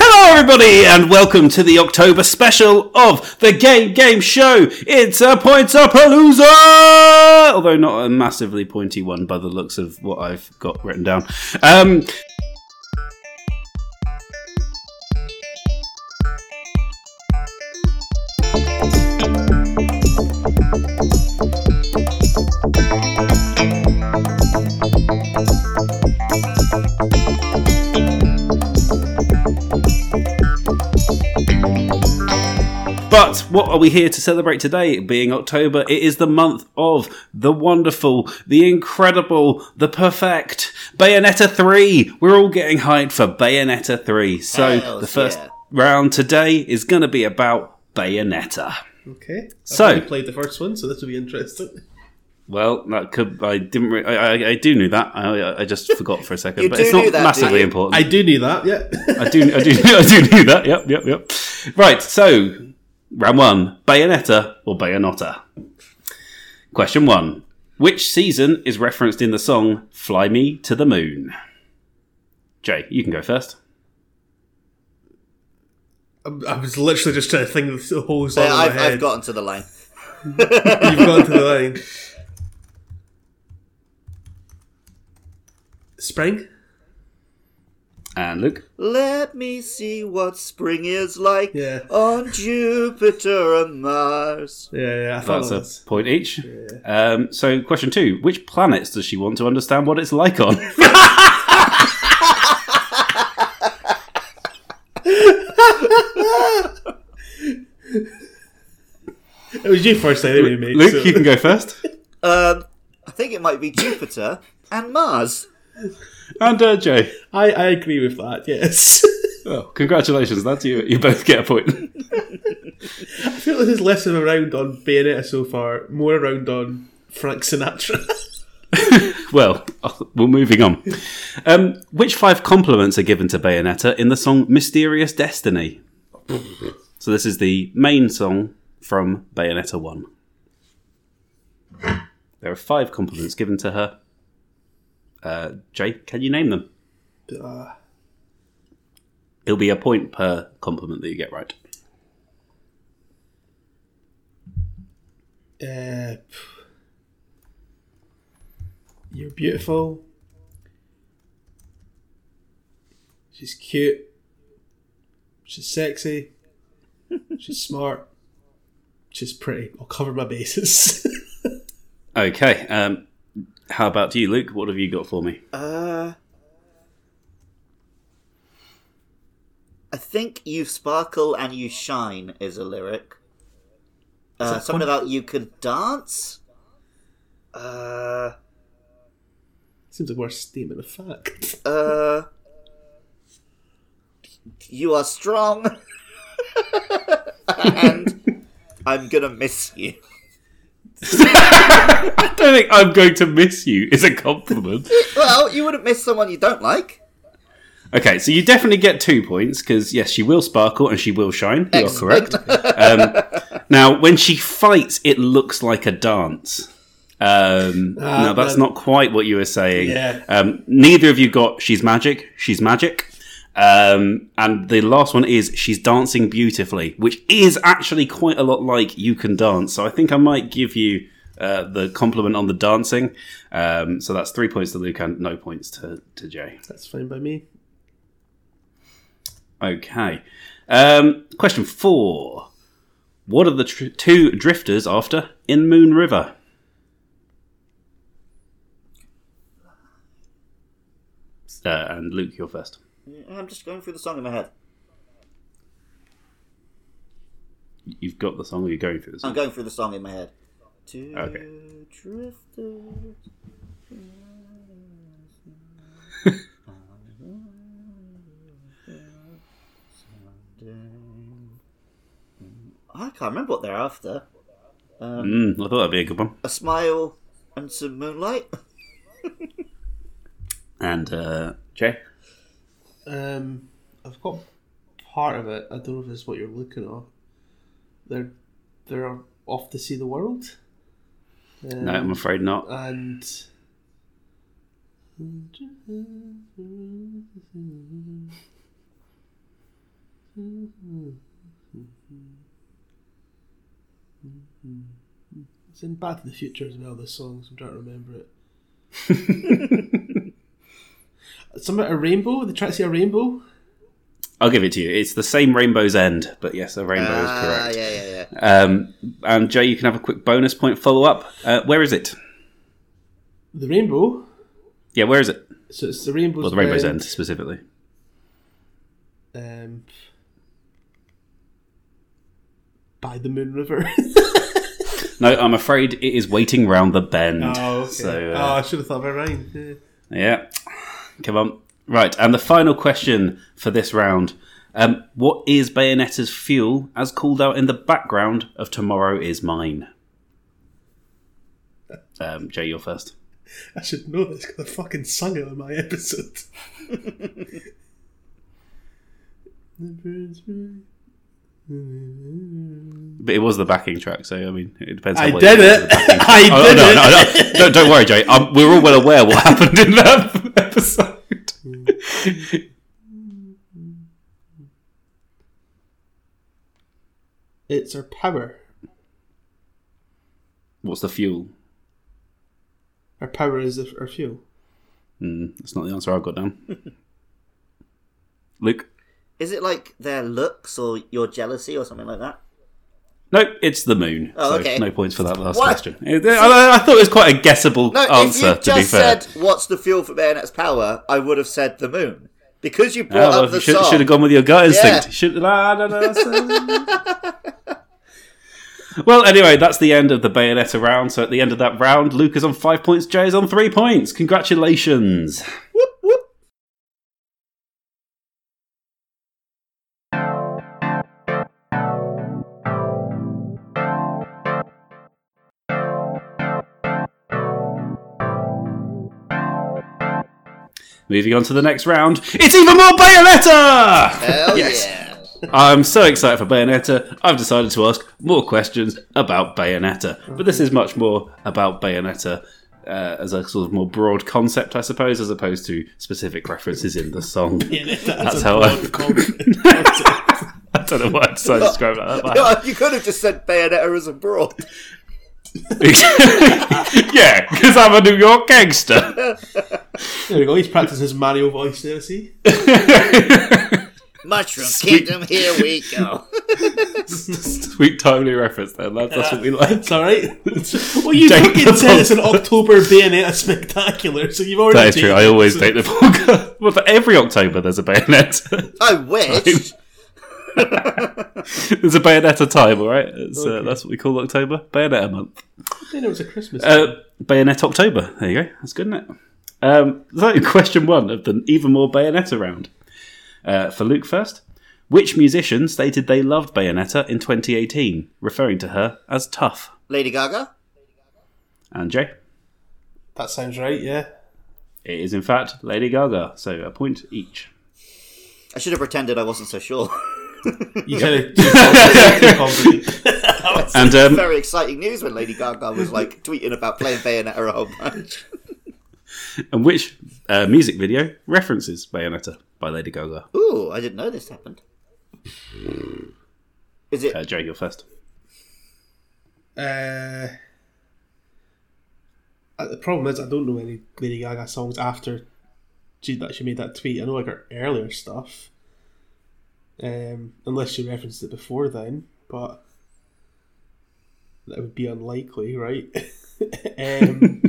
everybody, and welcome to the October special of the Game Game Show. It's a pointer palooza, although not a massively pointy one by the looks of what I've got written down. Um, But what are we here to celebrate today? Being October, it is the month of the wonderful, the incredible, the perfect Bayonetta 3. We're all getting hyped for Bayonetta 3. So Hells the first yeah. round today is going to be about Bayonetta. Okay. So- I've only played the first one, so this will be interesting. Well, that could I didn't re- I, I I do knew that I I just forgot for a second, You but do it's not knew that, do massively you? important. I do knew that. Yeah. I do, I do, I do knew that. Yep, yep, yep. Right. So, round one: Bayonetta or Bayonetta. Question one: Which season is referenced in the song "Fly Me to the Moon"? Jay, you can go first. I, I was literally just trying to think of the whole song Yeah, in my I've, head. I've gotten to the line. You've got to the line. Spring. And Luke. Let me see what spring is like Yeah. on Jupiter and Mars. Yeah, yeah. I thought That's that was. a point each. Um, so, question two: Which planets does she want to understand what it's like on? It was you first anyway, mate. Luke, so- you can go first. Um, I think it might be Jupiter and Mars. And uh, Jay. I, I agree with that. Yes. Oh, congratulations! That's you. You both get a point. I feel this is less of a round on Bayonetta so far, more around on Frank Sinatra. Well, we're moving on. Um, which five compliments are given to Bayonetta in the song Mysterious Destiny? So, this is the main song from Bayonetta 1. There are five compliments given to her. Uh, Jay, can you name them? Ah. Uh, It'll be a point per compliment that you get right. Uh, pff. you're beautiful. She's cute. She's sexy. She's smart. She's pretty. I'll cover my bases. Okay. Um, how about you, Luke? What have you got for me? Uh, I think you sparkle and you shine is a lyric. Uh, that something one? about you can dance. Uh, Seems a worse statement of fact. uh, you are strong, and I'm gonna miss you. I don't think I'm going to miss you is a compliment. Well, you wouldn't miss someone you don't like. Okay, so you definitely get two points because yes, she will sparkle and she will shine. You're Excellent. correct. Um, now, when she fights, it looks like a dance. Um, Ah, no, that's no. not quite what you were saying. Yeah. Um, neither of you got she's magic. She's magic. Um, and the last one is she's dancing beautifully, which is actually quite a lot like you can dance. So I think I might give you uh, the compliment on the dancing. Um, so that's three points to Luke and no points to, to Jay. That's fine by me. Okay. Um, question four. What are the tr- two drifters after in Moon River? Uh, and Luke, you're first. I'm just going through the song in my head. You've got the song, or you're going through the I'm song. going through the song in my head. Two Okay. drifters. I can't remember what they're after. Mm, I thought that'd be a good one. A smile and some moonlight. And uh, Jay? Um, I've got part of it. I don't know if it's what you're looking at. They're they're off to see the world. Um, No, I'm afraid not. and It's in Bad to the Future as well, this song, so I'm trying to remember it. Something about a rainbow? They try to see a rainbow? I'll give it to you. It's the same Rainbow's End, but yes, a rainbow is Ah, correct. yeah, yeah, yeah. Um, and Jay, you can have a quick bonus point follow up. Uh, where is it? The rainbow? Yeah, where is it? So it's the rainbow's, Well, the Rainbow's End specifically. Um, by the Moon River. No, I'm afraid it is waiting round the bend. So, oh, uh, I should have thought about Ryan. Yeah. yeah, come on. Right, and the final question for this round: um, What is Bayonetta's fuel, as called out in the background of "Tomorrow Is Mine"? Um, Jay, you're first. I should know this because I fucking sung it on my episode. The birds were- But it was the backing track, so I mean, it depends. I how well did you- it! I Oh, did no, it! no, no, no, don't worry, Jay. Um, we're all well aware what happened in that episode. It's our power. What's the fuel? Our power is the, our fuel. Mm, that's not the answer I've got down. Luke? Is it like their looks or your jealousy or something like that? Nope, it's the moon. Oh, so okay. No points for that last What? question. I, I- I thought it was quite a guessable No, if answer, you to be just fair. said what's the fuel for Bayonet's power, I would have said the moon. Because you Ah, brought well, up the should, song. should have gone with your gut instinct. Yeah. Should- la, la, la, so- well, anyway, that's the end of the Bayonetta round. So at the end of that round, Luke is on five points, Jay is on three points. Congratulations. Whoop, whoop. Moving on to the next round, it's even more Bayonetta! Hell Yes. yeah. I'm so excited for Bayonetta, I've decided to ask more questions about Bayonetta. But this is much more about Bayonetta uh, as a sort of more broad concept, I suppose, as opposed to specific references in the song. That's how I. I don't know why I decided to describe it like that. you could have just said Bayonetta as a broad. yeah, because I'm a New York gangster. There we go. He's practicing his Mario voice there, see? Mushroom Sweet. Kingdom, here we go. Sweet timely reference there, lads. That's what we like. It's alright. well, you Take the fucking said it's an October Bayonetta spectacular, so you've already. That is true. I taken it, always so- date the podcast. Well, for every October, there's a bayonetta. I wish. there's a bayonetta time, all right? It's, uh, that's what we call October. Bayonetta month. Then it was a Christmas. Uh, Bayonet October. There you go. That's good, isn't it? Um, so, question one of the even more Bayonetta round. Uh, for Luke first. Which musician stated they loved Bayonetta in 2018, referring to her as tough? Lady Gaga? And Jay? that sounds right, yeah. It is, in fact, Lady Gaga. So, a point each. I should have pretended I wasn't so sure. You kind of. And um, Very exciting news when Lady Gaga was like tweeting about playing Bayonetta a whole bunch. And which uh, music video references Bayonetta by Lady Gaga? Ooh, I didn't know this happened. Is it Uh, Joe, you're first. Uh, uh, the problem is, I don't know any Lady Gaga songs after she, that she made that tweet. I know like her earlier stuff, um, unless she referenced it before then, but that would be unlikely, right? um,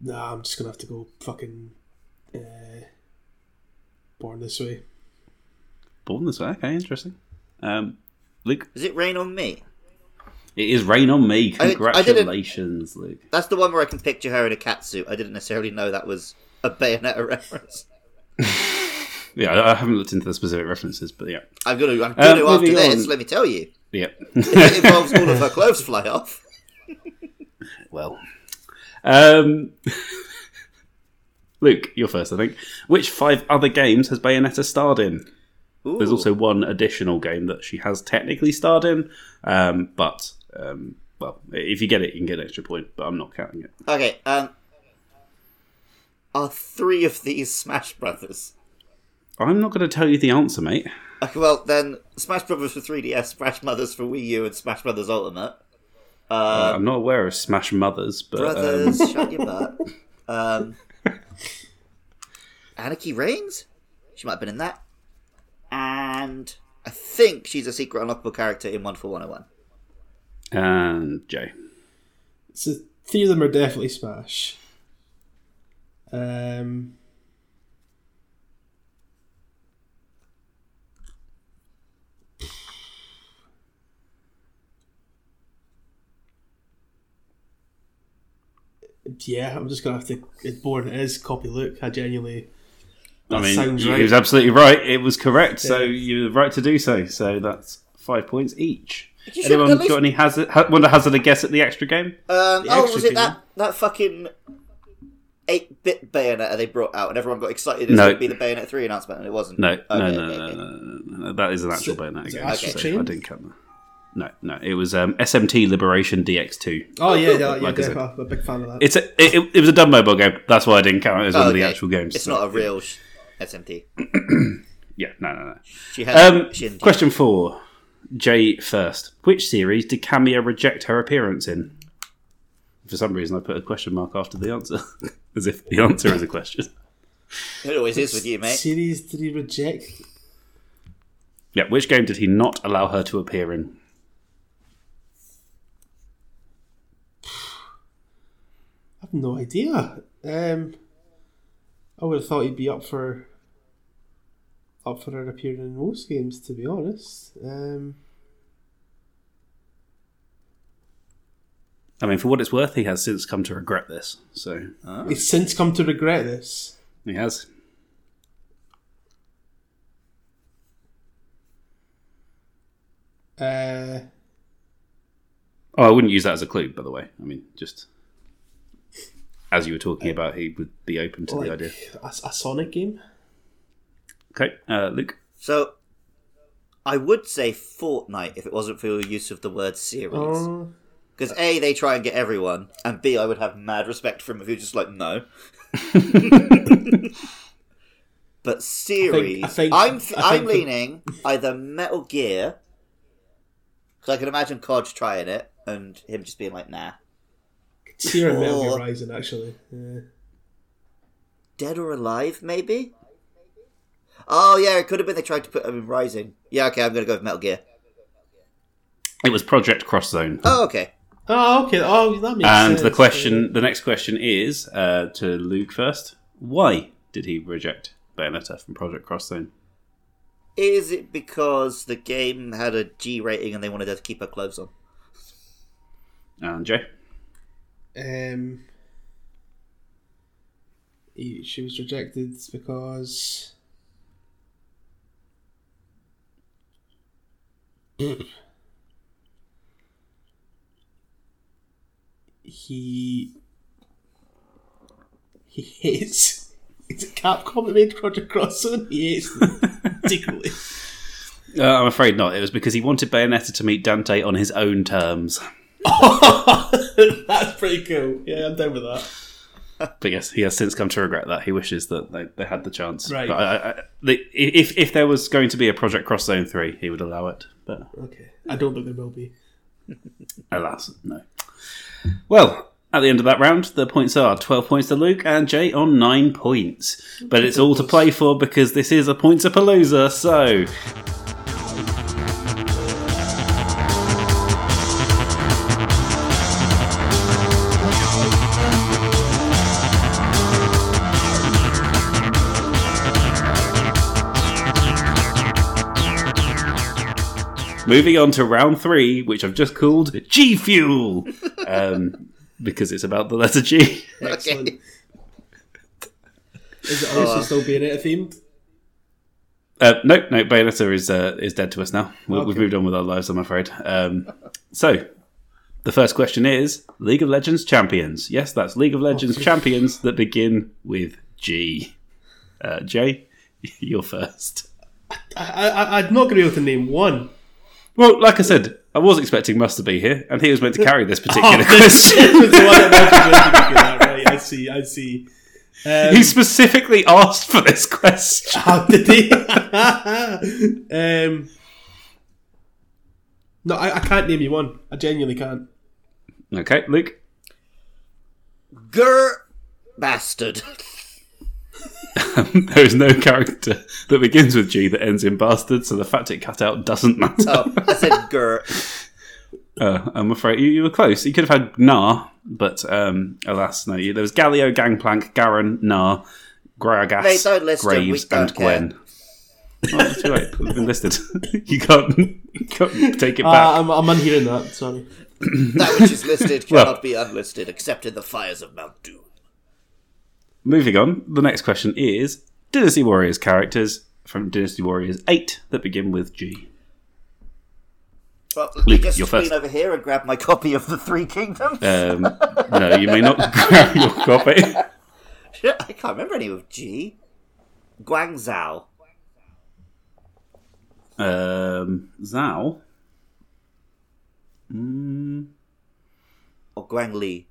nah, I'm just gonna have to go fucking uh, born this way. Born this way. Okay, interesting. Um, Luke, is it Rain on Me? it is Rain on Me. I didn't- I didn't- Congratulations, Luke. That's the one where I can picture her in a catsuit. I didn't necessarily know that was a Bayonetta reference. Yeah, I I haven't looked into the specific references, but yeah, I'm gonna, I'm gonna after Um, moving this. on. Let me tell you, yeah. it involves all of her clothes fly off. well, um, Luke, you're first, I think. Which five other games has Bayonetta starred in? Ooh. There's also one additional game that she has technically starred in, um, but um, well, if you get it, you can get an extra point. But I'm not counting it. okay. Um, are three of these Smash Brothers? I'm not going to tell you the answer, mate. Okay, well then, Smash Brothers for 3DS, Smash Brothers for Wii U, and Smash Brothers Ultimate. Uh, I'm not aware of Smash Mothers, but um, Brothers, shut your butt. Um, Anarchy Reigns? She might have been in that. And I think she's a secret unlockable character in One for 101. uh, and Jay. So three of them are definitely Smash. Um, yeah, I'm just gonna have to. It's boring. It is copy look. I genuinely. I That mean, sounds he right. was absolutely right. It was correct. So Yeah. you were right to do so. So that's five points each. You should Anyone at least- got any hazard? Ha- want to hazard a guess at the extra game? Um, The oh, extra was it two. that, that fucking 8 bit Bayonetta they brought out and everyone got excited? It No. would be the Bayonetta 3 announcement and it wasn't. No, Okay, no, okay, no, no, okay. no, no, no, no. That is an actual it- Bayonetta is it game. actual so chain? I didn't count that. No, no. It was um, SMT Liberation DX2. Oh yeah, yeah, yeah Like I said. definitely. I'm a big fan of that. It's a, it, it, it was a dumb mobile game. That's why I didn't count it as Oh, one of the okay. actual games. It's So, not a real sh- SMT. Yeah, no, no, no. She has Um, Shinji. question four. Jay first. Which series did Cameo reject her appearance in? For some reason, I put a question mark after the answer, as if the answer is a question. It always is with you, mate. Series did he reject? Yeah, which game did he not allow her to appear in? I've no idea. Um, I would have thought he'd be up for up for an appearing in most games, to be honest. Um, I mean, for what it's worth, he has since come to regret this. So uh, He's since come to regret this. he has. Uh, Oh, I wouldn't use that as a clue, by the way. I mean, just as you were talking about, he would be open to like the idea. A, a Sonic game. Okay, uh, Luke. So, I would say Fortnite if it wasn't for your use of the word series. Oh, Because A, they try and get everyone, and B, I would have mad respect for him if he was just like, no. but series, I think- I'm I think I'm the- leaning either Metal Gear, because I can imagine Codge trying it and him just being like, nah. Tear and Metal Gear Oh. Rising, actually. Yeah. Dead or Alive, maybe? Oh, yeah, it could have been they tried to put him in Rising. Yeah, okay, I'm going to go with Metal Gear. It was Project Cross Zone. Oh, okay. Oh, okay. Oh, that makes And sense. the question, the next question is uh, to Luke first. Why did he reject Bayonetta from Project Crosszone? Is it because the game had a G rating and they wanted her to keep her clothes on? And Jay, Um, he, she was rejected because. he he hates. Is it Capcom that made Project Crosszone? He hates them particularly. uh, I'm afraid not. It was because he wanted Bayonetta to meet Dante on his own terms. That's pretty cool. Yeah, I'm down with that. But yes, he has since come to regret that. He wishes that they, they had the chance. Right. But I, I, the, if if there was going to be a Project Crosszone three, he would allow it. But Okay, I don't think there will be. alas, no. Well. At the end of that round, the points are 12 points to Luke and Jay on 9 points. But it's all to play for because this is a points palooza, so Moving on to round three, which I've just called G Fuel, um, because it's about the letter G. Excellent. Okay. Is it also still Bayonetta themed? Uh, nope, no, Bayonetta is uh, is dead to us now. We, We've Okay. moved on with our lives, I'm afraid. Um, so, the first question is League of Legends champions. Yes, that's League of Legends champions that begin with G. Uh, Jay, you're first. I, I, I'm not going to be able to name one. Well, like I said, I was expecting Must to be here, and he was meant to carry this particular question. It's the one that wasn't going to be good, all right, I see, I see. Um, he specifically asked for this question. How did he? um, no, I, I can't name you one. I genuinely can't. Okay, Luke. Grr, bastard. there is no character that begins with G that ends in bastard, so the fact it cut out doesn't matter. Oh, I said grr. Uh, I'm afraid you, you were close. You could have had Gnar, but um, alas, no. You, there was Gallio, Gangplank, Garen, Gnar, Gragas, Mate, don't list them. We Graves, don't and Gwen. Oh, Well, it's too late. We've been listed. you, can't, you can't take it back. Uh, I'm, I'm unhearing that. Sorry. That which is listed Well- cannot be unlisted except in the fires of Mount Doom. Moving on, the next question is Dynasty Warriors characters from Dynasty Warriors 8 that begin with G. Well, let me Luke, just you're lean first. over here and grab my copy of the Three Kingdoms. Um, no, you may not grab your copy. Yeah, I can't remember any with G. Guangzhou. Um, Zhao. Mm, Or Guangli.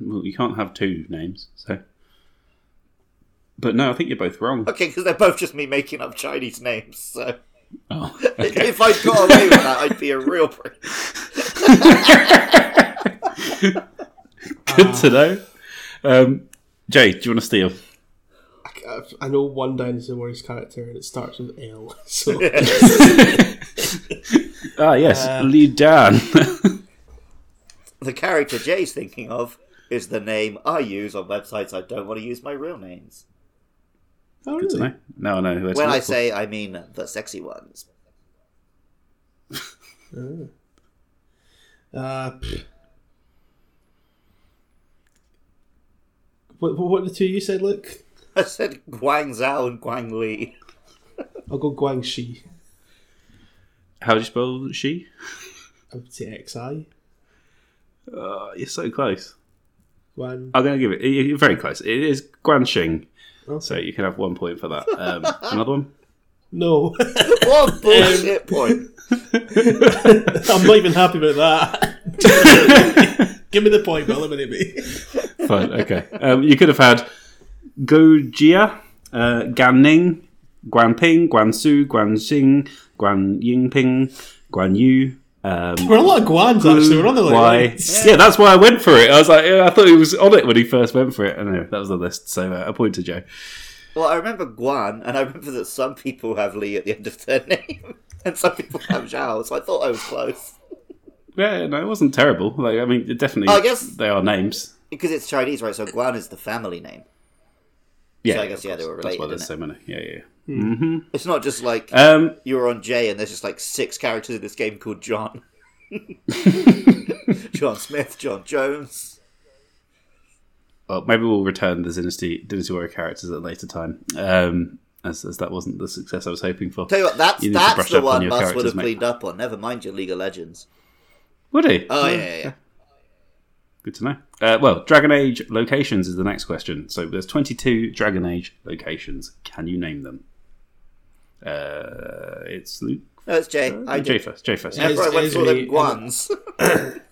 well, you can't have two names, so. But no, I think you're both wrong. Okay, because they're both just me making up Chinese names, so. Oh, If I got away with that, I'd be a real prick. good Ah. to know. Um, Jay, do you want to steal? I, I know one Dynasty Warriors character and it starts with L. So Ah, yes, Uh, Li Dan. The character Jay's thinking of is the name I use on websites I don't want to use my real names. Oh, good to know. No, I know who it's When I for. say, I mean the sexy ones. Uh, pff. what, what were the two you said, Luke? I said Guangzhou and Guangli. I'll go Guangxi. How do you spell she? I would say XI. Uh, you're so close. Guan. I'm going to give it. you- You're very close. It is Guanxing. Oh. So you can have one point for that. Um, another one? No. What bullshit point. I'm not even happy about that. Give me the point, but eliminate me. Fine, okay. Um, you could have had Gojia, uh, Ganning, Guanping, Guansu, Guanxing, Guan Yingping, Guan Yu. Um, We're a lot of Guans, actually. We're on the why? like, Yeah. that's why I went for it. I was like, yeah, I thought he was on it when he first went for it. And anyway, that was the list. So uh, a point to Joe. Well, I remember Guan, and I remember that some people have Lee at the end of their name, and some people have Zhao, so I thought I was close. Yeah, no, it wasn't terrible. Like, I mean, it definitely, Oh, I guess- they are names. Because it's Chinese, right? So Guan is the family name. Yeah, I of guess, yeah, they course. were That's why related, there's innit? so many. Yeah, yeah. It's not just like yeah. Um, you're on J and there's just like six characters in this game called John. John Smith, John Jones. well, maybe we'll return the Dynasty Dynasty Warrior characters at a later time, um, as, as that wasn't the success I was hoping for. Tell you what, that's You need to that's brush the up on one your Bus would characters, have mate. cleaned up on. Never mind your League of Legends. Would he? Oh yeah, yeah, yeah. Good to know. Uh, well, Dragon Age locations is the next question. So there's 22 Dragon Age locations. Can you name them? Uh, it's Luke. No, it's Jay. I Hmm. Jay did. first. Jay first. Yeah. Yeah, That's right, I went It's- for the it's me, Guans.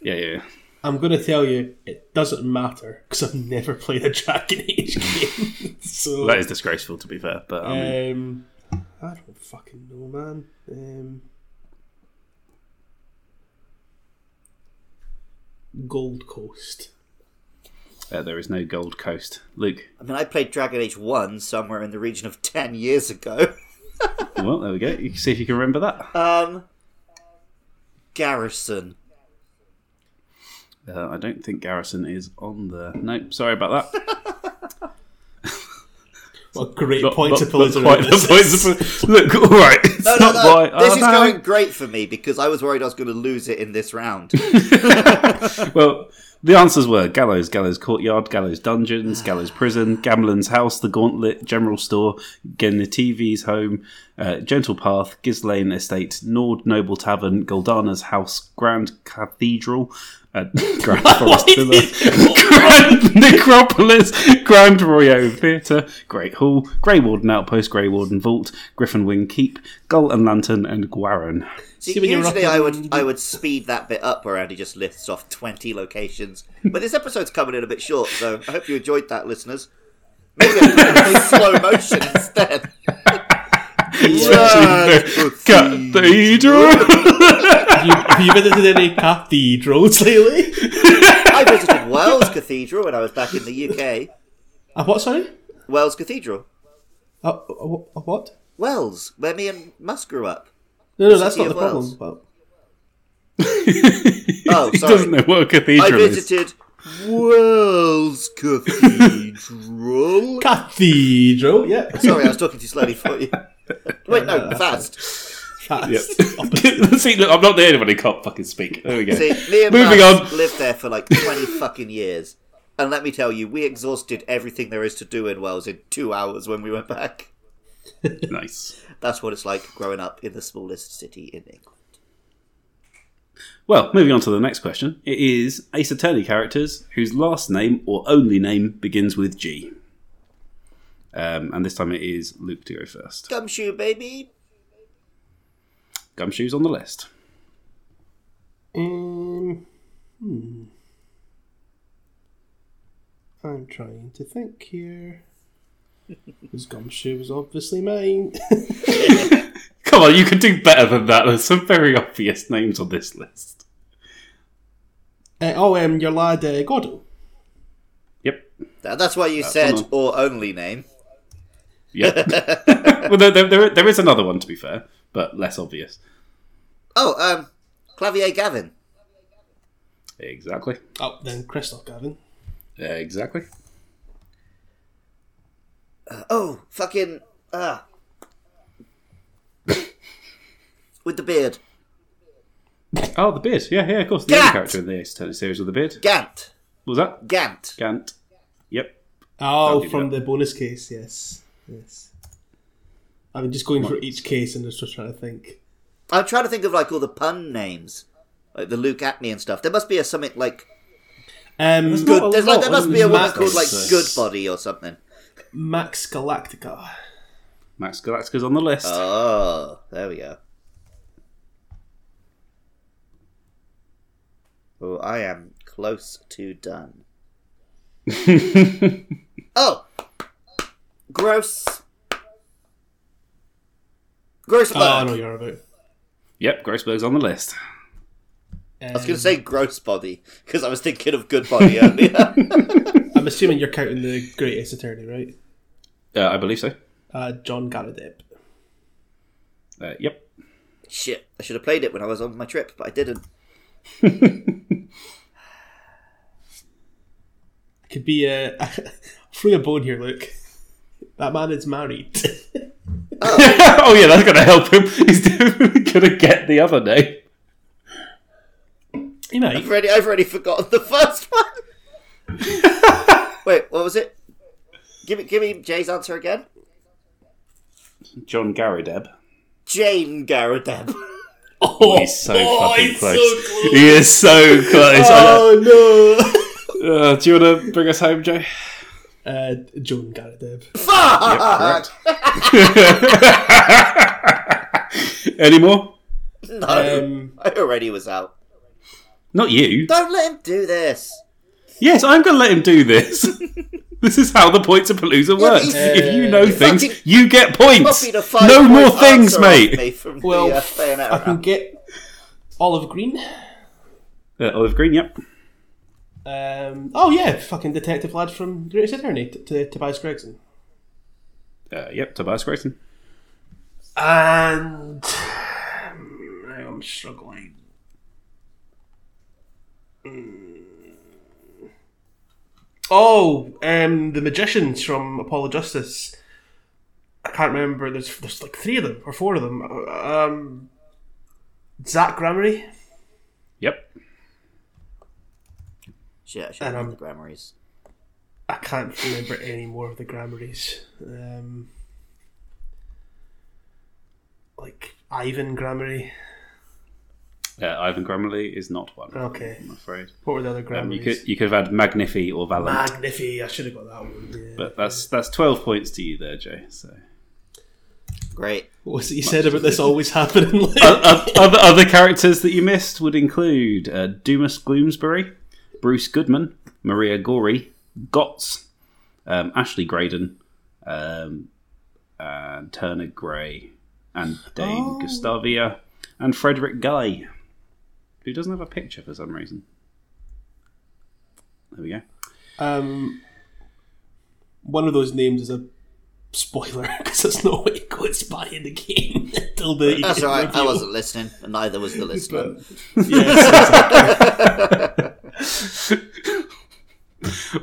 yeah, yeah. I'm going to tell you, it doesn't matter because I've never played a Dragon Age game. so That is disgraceful, to be fair. But I mean, um, I don't fucking know, man. Um, Gold Coast. uh, there is no Gold Coast. Luke. I mean, I played Dragon Age One somewhere in the region of ten years ago. Well, there we go. You can see if you can remember that. Um, Garrison. Uh, I don't think Garrison is on there. Nope. Sorry about that. What a great Not- point not- to not pull us quite the around this. points to pull- Look, all right. It's No, no, not no. quite- This oh, is no. going great for me because I was worried I was going to lose it in this round. Well, the answers were Gallows, Gallows Courtyard, Gallows Dungeons, Gallows Prison, Gamlin's House, The Gauntlet, General Store, Genativi's Home, uh, Gentle Path, Gislane Estate, Nord Noble Tavern, Goldana's House, Grand Cathedral, uh, Grand Forest Villa, Grand Necropolis, Grand Royal Theatre, Great Hall, Grey Warden Outpost, Grey Warden Vault, Griffin Wing Keep, Gull and Lantern, and Guaran. See, See, when you're usually up I would and- I would speed that bit up where Andy just lists off twenty locations, but this episode's coming in a bit short, so I hope you enjoyed that, listeners. Maybe I'll do it in slow motion instead. Run, pussy. Cathedral. Have you, have you visited any cathedrals lately? I visited Wells Cathedral when I was back in the UK. Uh, what, sorry? Wells Cathedral, Uh, uh, what? Wells, where me and Musk grew up. No, no, that's City not the of Wales. problem. Well, Oh, he sorry. doesn't know what a I cathedral is. visited Wells Cathedral. cathedral, yeah. Sorry, I was talking too slowly for you. Wait, no, fast. Fast. See, look, I'm not the only one who can't fucking speak. There we go. See, me and Moving Max on. lived there for like 20 fucking years. And let me tell you, we exhausted everything there is to do in Wales in two hours when we went back. Nice. That's what it's like growing up in the smallest city in England. Well, moving on to the next question. It is Ace Attorney characters whose last name or only name begins with G. Um, and this time it is Luke to go first. Gumshoe, baby! Gumshoes on the list. Um, hmm. I'm trying to think here. His gumshoe was obviously mine. Come on, you can do better than that. There's some very obvious names on this list. uh, oh, um, your lad uh, Goddo. Yep. Now, that's why you said one. or only name. Yep. well, there, there, there- there is another one, to be fair, but less obvious. Oh, um, Clavier Gavin. Exactly. Oh, then Christoph Gavin. Exactly. Oh, fucking. Ah. With the beard. Oh, the beard. Yeah, yeah, of course. The other Gant! character in the Ace Attorney series with the beard. Gant. What was that? Gant. Gant. Yep. I'll Oh, give you from that. the bonus case, yes. Yes. I'm just going for each case and just trying to think. I'm trying to think of like all the pun names, like the Luke Atney and stuff. There must be a something like Um, good- there's like there lot, must be a woman Max- called like Max- Goodbody or something. Max Galactica. Max Galactica's on the list. Oh, there we go. Oh, I am close to done. oh, gross, gross. Oh, I know body. you're about. Yep, Grossberg's on the list. I was going to say gross body because I was thinking of good body earlier. I'm assuming you're counting the greatest attorney, right? Uh, I believe so. Uh, John Garadeb. Uh, yep. Shit, I should have played it when I was on my trip, but I didn't. Could be a through a bone here, Luke. That man is married. oh yeah, that's gonna help him. He's definitely gonna get the other name. you I've know, already, I've already forgotten the first one. Wait, what was it? Give me, give me Jay's answer again. John Garadeb. Jane Garadeb. Oh, he's so fucking close. He is so close. oh I- uh, do you want to bring us home, Joe? no! Uh, John Garadeb. Fuck! Any more? no, Um, I already was out. Not you. Don't let him do this. Yes, I'm going to let him do this. this is how the points of Palooza works. he's- if you know things, fucking you get points. Copied a five No point more things, answer mate. off Me from well, the, uh, I Bayonetta can round. get Olive Green. Uh, Olive Green, yep. Um, oh yeah, fucking detective lad from Greatest Attorney, t- t- Tobias Gregson. Uh, yep, Tobias Grayson. And I'm struggling. Mm. Oh, um, the magicians from Apollo Justice. I can't remember. There's there's like three of them or four of them. Um, Zach Grammary. Yep. Shit, I should and have I'm- the grammaries. I can't remember any more of the Grammaries. Um, like Ivan Grammary. Uh, Ivan Grammarly is not one, Okay, I'm afraid. what were the other Grammaries? Um, you could you could have had Magnifi or Valent, Magnifi. I should have got that one. Yeah. but that's that's twelve points to you there, Joe. So Great. What was it you said about this always happening? Like, O- other, other characters that you missed would include uh, Dumas Gloomsbury, Bruce Goodman, Maria Gorey, Gotts, um, Ashley Graydon, um, and Turner Gray, and Dame Oh. Gustavia, and Frederick Guy, who doesn't have a picture for some reason. There we go. um, one of those names is a spoiler because it's not what it goes by in the game until the. That's all right. I review. wasn't listening, and neither was the listener.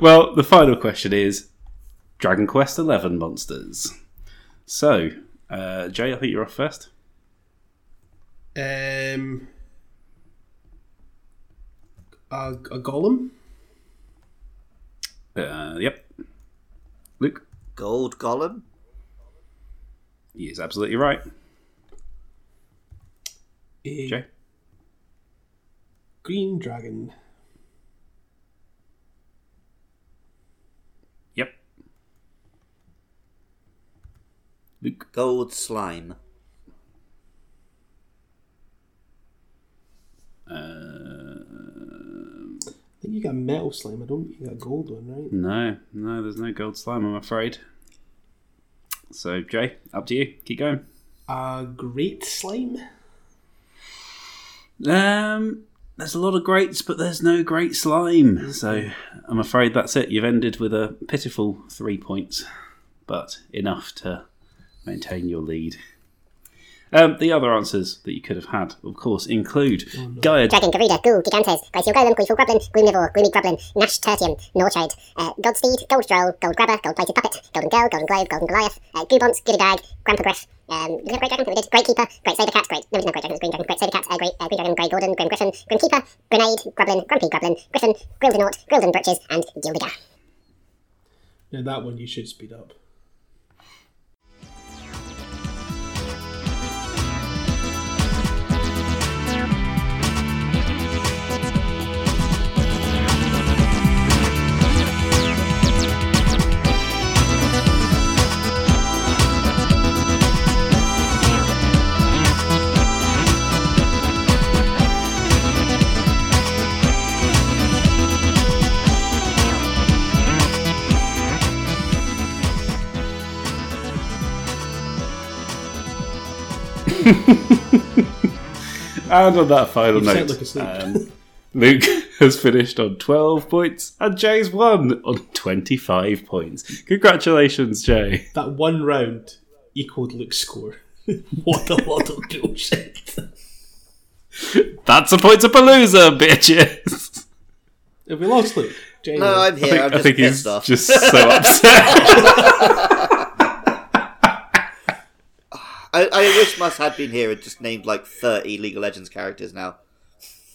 Well, the final question is Dragon Quest Eleven monsters. So, uh, Jay, I think you're off first. Um, a, a golem. Uh, yep. Luke, Gold Golem? he is absolutely right. A Jay, green dragon. yep. Luke, Gold Slime? I think you got metal slime. I don't. think You got a gold one, right? no, no, there's no gold slime, I'm afraid. So, Jay, up to you. Keep going. A great slime. Um, there's a lot of greats, but there's no great slime. So I'm afraid that's it. You've ended with a pitiful three points, but enough to maintain your lead. Um, the other answers that you could have had, of course, include Gaia. Dragon, Garuda, Ghoul, Gigantes, Glacial Golem, Gleeful Goblin, Gloomnivore, Gloomy Goblin, Nash Tertium, Nortrade, uh, Godsteed, Gold Droll, Gold Grabber, Gold Plated Puppet, Golden Girl, Golden Globe, Golden Goliath, uh, Goobons, Goody Bag, Grandpa Griff, um, was it Great Dragon that we did, Great Keeper, Great Saber Cat, Great, no, it was not Great Dragon, it was Green Dragon, Great Saber Cat, uh, Great, uh, Green Dragon, Grey Gordon, Grim Griffin, Grim Keeper, Grenade, Grublin, Grumpy Grublin, Griffin, Grildenort, Grilden Britches, and Gildiga. Now that one you should speed up. And on that final You sound like note, asleep. um, Luke has finished on 12 points, and Jay's won on 25 points. Congratulations, Jay. that one round equaled Luke's score. what a lot of bullshit. That's a point to Palooza, bitches. Have we lost Luke? Genuinely. No, I'm here. I think, I'm I just think pissed he's off. just so upset. I, I wish Mus had been here and just named like 30 League of Legends characters now.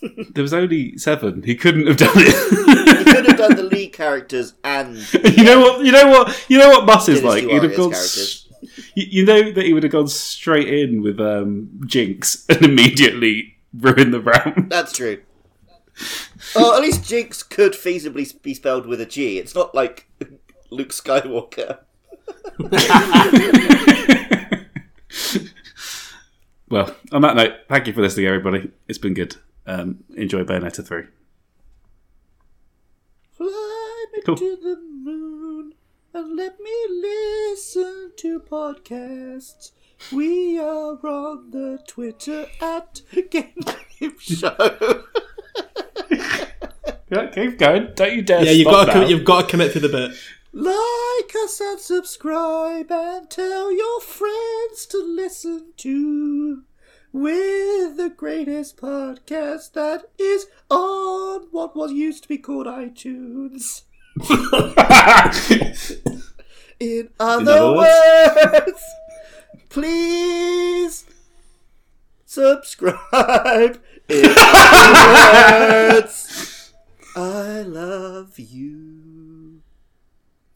there was only seven. He couldn't have done it. He could have done the League characters and. you know what? You know what? You know what? Bus is Dynasty like. He'd have Warriors gone. s- You you know that he would have gone straight in with um, Jinx and immediately ruined the round. That's true. Oh, at least Jinx could feasibly be spelled with a G. It's not like Luke Skywalker. Well, on that note, thank you for listening, everybody. It's been good. Um, enjoy Bayonetta three. Fly me Cool. to the moon and let me listen to podcasts. We are on the Twitter at Game Show. Yeah, keep going. Don't you dare. yeah, you've stop got to now. commit, you've got to commit to the bit. like us and subscribe and tell your friends to listen to. We're the greatest podcast that is on what was used to be called iTunes. In other other words, please subscribe. In other words, I love you.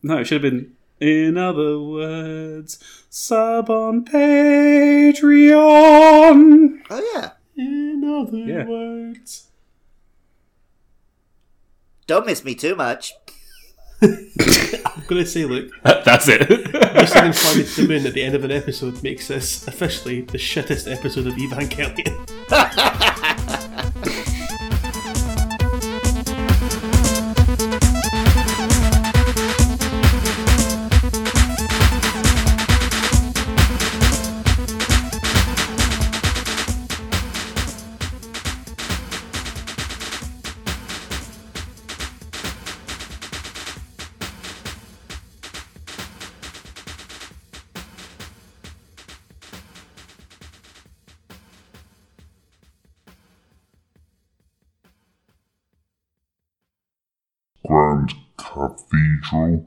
No, it should have been. In other words, sub on Patreon. Oh, yeah. In other Yeah. words, Don't miss me too much. gonna say, look, That's just having it. climbing to the moon at the end of an episode makes this officially the shittest episode of Evangelion. Grand Cathedral